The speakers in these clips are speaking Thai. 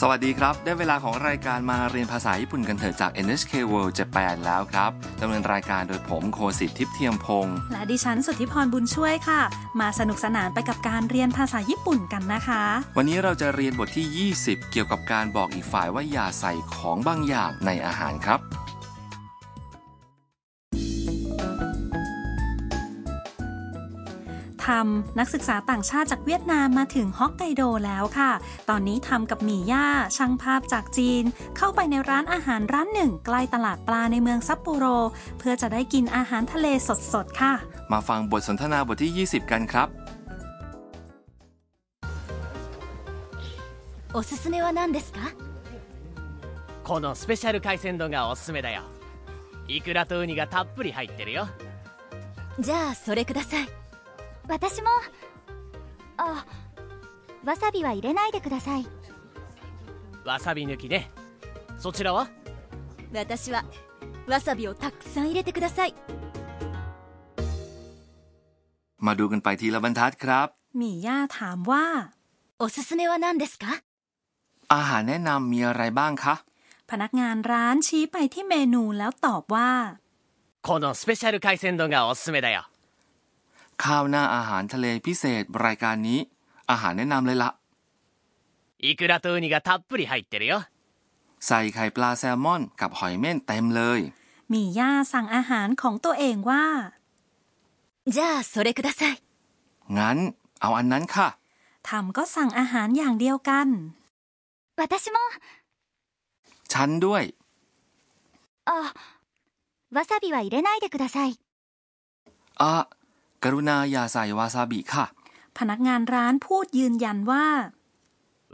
สวัสดีครับ ได้เวลาของรายการมาเรียนภาษาญี่ปุ่นกันเถอะจาก NHK World Japan แล้วครับดำเนินรายการโดยผมโคสิทธิ์ทิพย์เทียมพงศ์ และดิฉันสุทธิพรบุญช่วยค่ะ มาสนุกสนานไปกับการเรียนภาษาญี่ปุ่นกันนะคะ วันนี้เราจะเรียนบทที่ 20 เกี่ยวกับการบอกอีกฝ่ายว่าอย่าใส่ของบางอย่างในอาหารครับ ทำนักศึกษาต่างชาติจากเวียดนามมาถึงฮอกไกโดแล้วค่ะ ตอนนี้ทำกับหมี่ย่าช่างภาพจากจีน เข้าไปในร้านอาหารร้านหนึ่ง ใกล้ตลาดปลาในเมืองซัปโปโร เพื่อจะได้กินอาหารทะเลสดๆค่ะ มาฟังบทสนทนาบทที่ 20 กันครับ おすすめは何ですかこのスペシャル海鮮丼がおすすめだよイクラとウニがたっぷり入ってるよじゃあそれください私もあわさびは入れないでくださいわさび抜きねそちらは私はわさびをたくさん入れてください มาดูกันไปทีละบรรทัดครับ หมี่ย่าถามว่า おすすめは何ですか อาหารแนะนำมีอะไรบ้างคะ พนักงานร้านชี้ไปที่เมนูแล้วตอบว่า このスペシャル海鮮丼がおすすめだよ ข้าวหน้าอาหารทะเลพิเศษรายการนี้ อาหารแนะนำเลยละ イクラとウニがたっぷり入ってるよ ใส่ไข่ปลาแซลมอน กับหอยเม่นเต็มเลย หมี่ย่าสั่งอาหารของตัวเองว่า じゃあそれください งั้น เอาอันนั้นค่ะ ทำก็สั่งอาหารอย่างเดียวกัน 私も ฉันด้วย あわさびは入れないでください อะกรุณาอย่าใส่วาซาบิค่ะ พนักงานร้านพูดยืนยันว่า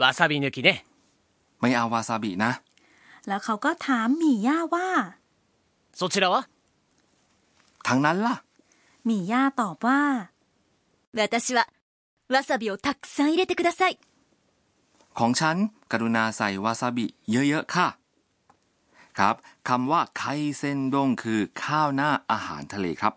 わさび抜きね ไม่เอาวาซาบินะ แล้วเขาก็ถามหมี่ย่าว่า そちらは ทั้งนั้นล่ะ หมี่ย่าตอบว่า 私はわさびをたくさん入れてください ของฉัน กรุณาใส่วาซาบิเยอะๆค่ะ ครับคำว่าไคเซนด้งคือข้าวหน้าอาหารทะเลครับ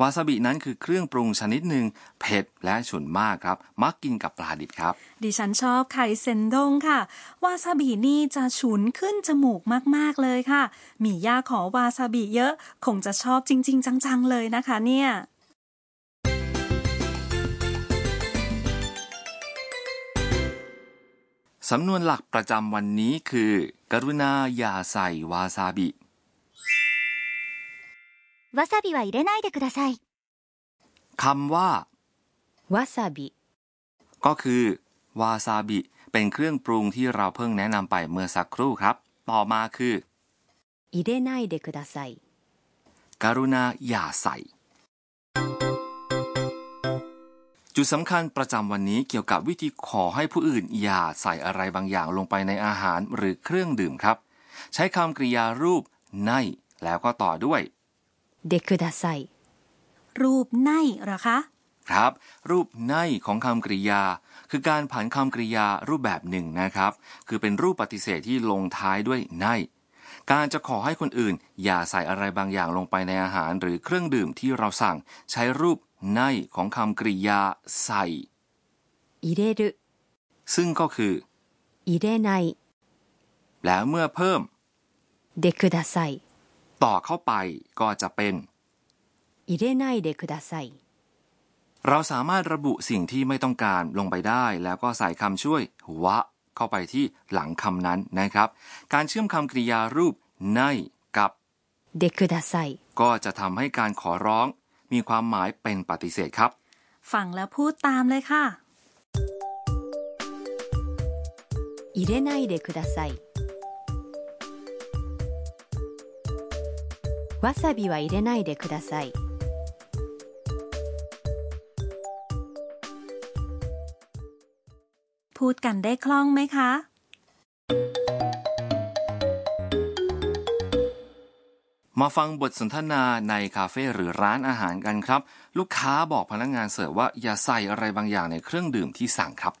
วาซาบินั้นคือเครื่องปรุงชนิดหนึ่งเผ็ดและฉุนมากครับ มักกินกับปลาดิบครับ ดิฉันชอบไข่เซนดงค่ะ วาซาบินี่จะฉุนขึ้นจมูกมากๆเลยค่ะ หมี่ย่าขอวาซาบิเยอะ คงจะชอบจริง ๆ จัง ๆ เลยนะคะเนี่ย สำนวนหลักประจำวันนี้คือ กรุณาอย่าใส่วาซาบิ わさびは入れないでください คำว่า わさび ก็คือวาซาบิ เป็นเครื่องปรุงที่เราเพิ่งแนะนำไปเมื่อสักครู่ครับ ต่อมาคือ 入れないでください กรุณาอย่าใส่ จุดสำคัญประจำวันนี้เกี่ยวกับวิธีขอให้ผู้อื่นอย่าใส่อะไรบางอย่างลงไปในอาหารหรือเครื่องดื่มครับ ใช้คำกริยารูปในแล้วก็ต่อด้วย でください รูปในเหรอคะ ครับ รูปในของคำกริยา คือการผันคำกริยารูปแบบหนึ่งนะครับ คือเป็นรูปปฏิเสธที่ลงท้ายด้วยใน การจะขอให้คนอื่น อย่าใส่อะไรบางอย่างลงไปในอาหารหรือเครื่องดื่มที่เราสั่ง ใช้รูปในของคำกริยาใส่ 入れる ซึ่งก็คือ 入れない แล้วเมื่อเพิ่ม でください ต่อเข้าไปก็จะเป็น 入れないでください เราสามารถระบุสิ่งที่ไม่ต้องการลงไปได้ แล้วก็ใส่คำช่วย วะ เข้าไปที่หลังคำนั้นนะครับ การเชื่อมคำกริยารูปในกับ でください ก็จะทำให้การขอร้อง มีความหมายเป็นปฏิเสธครับ ฟังแล้วพูดตามเลยค่ะ 入れないでくださいわさびは入れないでください พูดกันได้คล่องไหมคะ มาฟังบทสนทนาในคาเฟ่หรือร้านอาหารกันครับ ลูกค้าบอกพนักงานเสิร์ฟว่าอย่าใส่อะไรบางอย่างในเครื่องดื่มที่สั่งครับ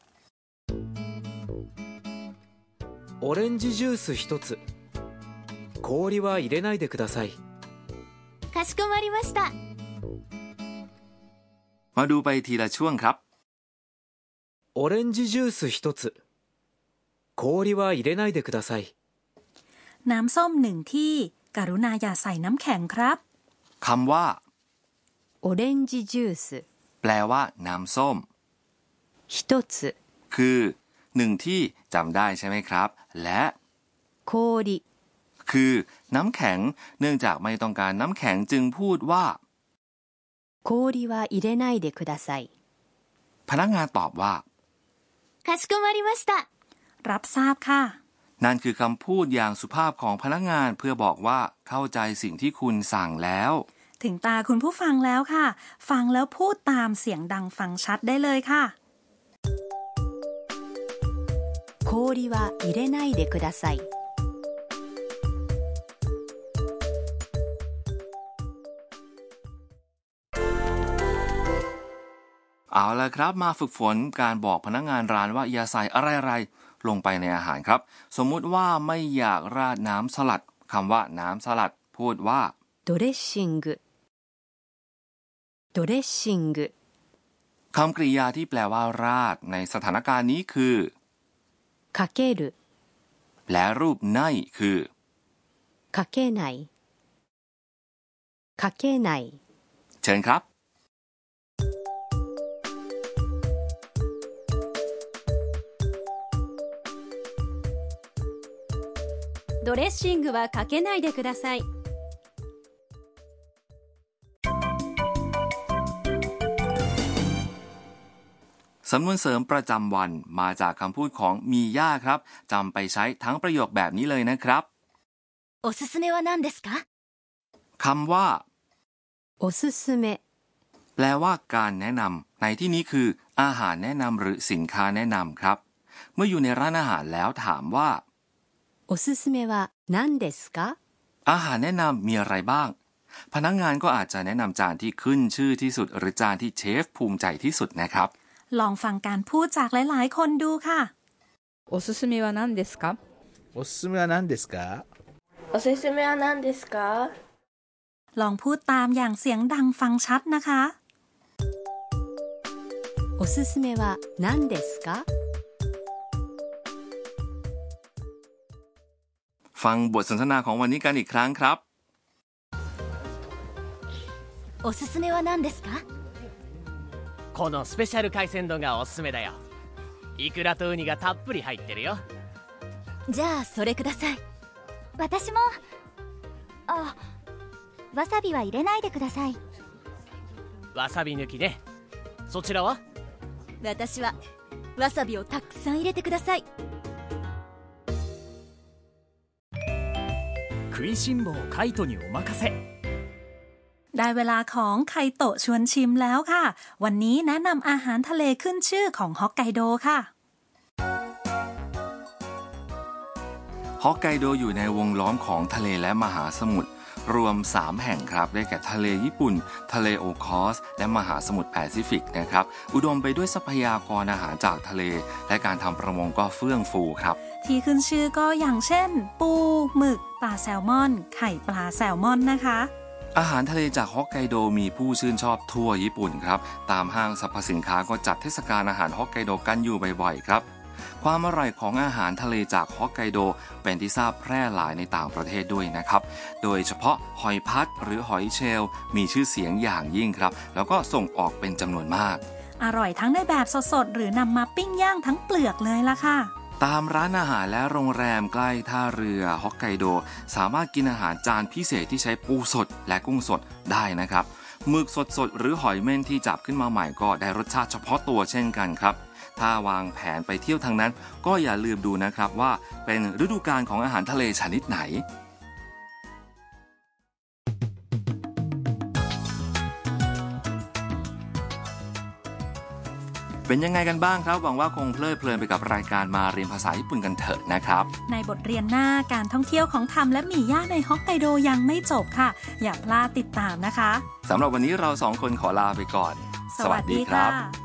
オレンジジュース一つ氷は入れないでくださいかしこまりました มาดูไปทีละช่วงครับ オレンジジュース一つ氷は入れないでください น้ำส้มหนึ่งที่ กรุณาอย่าใส่น้ำแข็งครับ คำว่า オレンジジュース แปลว่า น้ำส้ม 1つ คือหนึ่งที่จำได้ใช่ไหมครับ และ 氷 คือ น้ำแข็ง เนื่องจากไม่ต้องการน้ำแข็งจึงพูดว่า 氷は入れないでください พนักงานตอบว่า かしこまりました รับทราบค่ะ นั่นคือคำพูดอย่างสุภาพของพนักงานเพื่อบอกว่าเข้าใจสิ่งที่คุณสั่งแล้ว ถึงตาคุณผู้ฟังแล้วค่ะ ฟังแล้วพูดตามเสียงดังฟังชัดได้เลยค่ะ 氷は入れないでください เอาละครับมาฝึกฝนการบอกพนักงานร้านว่าอย่าใส่อะไรๆลงไปในอาหารครับ สมมุติว่าไม่อยากราดน้ำสลัดคำว่าน้ำสลัด พูดว่า ドレッシングドレッシング คำกริยาที่แปลว่าราด ในสถานการณ์นี้คือ かける และรูปในคือ かけないかけない เชิญครับ ドレッシングはかけないでください สำนวนเสริมประจำวันมาจากคำพูดของมีย่าครับจำไปใช้ทั้งประโยคแบบนี้เลยนะครับ おすすめは何ですか คำว่า おすすめ แปลว่าการแนะนำในที่นี้คือ อาหารแนะนำหรือสินค้าแนะนำครับ เมื่ออยู่ในร้านอาหารแล้วถามว่า おすすめは何ですか อาหารแนะนำมีอะไรบ้าง พนักงานก็อาจจะแนะนำจานที่ขึ้นชื่อที่สุด หรือจานที่เชฟภูมิใจที่สุดนะครับ ลองฟังการพูดจากหลายๆ คนดูค่ะ おすすめは何ですかおすすめは何ですかおすすめは何ですか ลองพูดตามอย่างเสียงดังฟังชัดนะคะ おすすめは何ですか ฟังบทสนทนาของวันนี้กันอีกครั้งครับ おすすめは何ですかこのスペシャル海鮮丼がおすすめだよイクラとウニがたっぷり入ってるよじゃあそれください私もあわさびは入れないでくださいわさび抜きねそちらは私はわさびをたくさん入れてください食いしん坊カイトにお任せ ได้เวลาของไคโตะชวนชิมแล้วค่ะ วันนี้แนะนำอาหารทะเลขึ้นชื่อของฮอกไกโดค่ะ ฮอกไกโดอยู่ในวงล้อมของทะเลและมหาสมุทรรวม 3 แห่งครับ ได้แก่ทะเลญี่ปุ่น ทะเลโอคอส และมหาสมุทรแปซิฟิกนะครับ อุดมไปด้วยทรัพยากรอาหารจากทะเล และการทำประมงก็เฟื่องฟูครับ ที่ขึ้นชื่อก็อย่างเช่น ปูหมึกปลาแซลมอน ไข่ปลาแซลมอนนะคะ อาหารทะเลจากฮอกไกโดมีผู้ชื่นชอบทั่วญี่ปุ่นครับ ตามห้างสรรพสินค้าก็จัดเทศกาลอาหารฮอกไกโดกันอยู่บ่อยๆครับ ความอร่อยของอาหารทะเลจากฮอกไกโดเป็นที่ทราบแพร่หลายในต่างประเทศด้วยนะครับ โดยเฉพาะหอยพัดหรือหอยเชลล์มีชื่อเสียงอย่างยิ่งครับ แล้วก็ส่งออกเป็นจำนวนมาก อร่อยทั้งในแบบสดๆ หรือนำมาปิ้งย่างทั้งเปลือกเลยล่ะค่ะ ตามร้านอาหารและโรงแรมใกล้ท่าเรือฮอกไกโด สามารถกินอาหารจานพิเศษที่ใช้ปูสดและกุ้งสดได้นะครับหมึกสดสดๆหรือหอยเม่นที่จับขึ้นมาใหม่ก็ได้รสชาติเฉพาะตัวเช่นกันครับ ถ้าวางแผนไปเที่ยวทางนั้น ก็อย่าลืมดูนะครับว่าเป็นฤดูกาลของอาหารทะเลชนิดไหน เป็นยังไงกันบ้างครับ หวังว่าคงเพลิดเพลินไปกับรายการมาเรียนภาษาญี่ปุ่นกันเถอะนะครับ ในบทเรียนหน้าการท่องเที่ยวของทำและหมี่ย่าในฮอกไกโดยังไม่จบค่ะ อย่าพลาดติดตามนะคะ สำหรับวันนี้เราสองคนขอลาไปก่อน สวัสดีค่ะ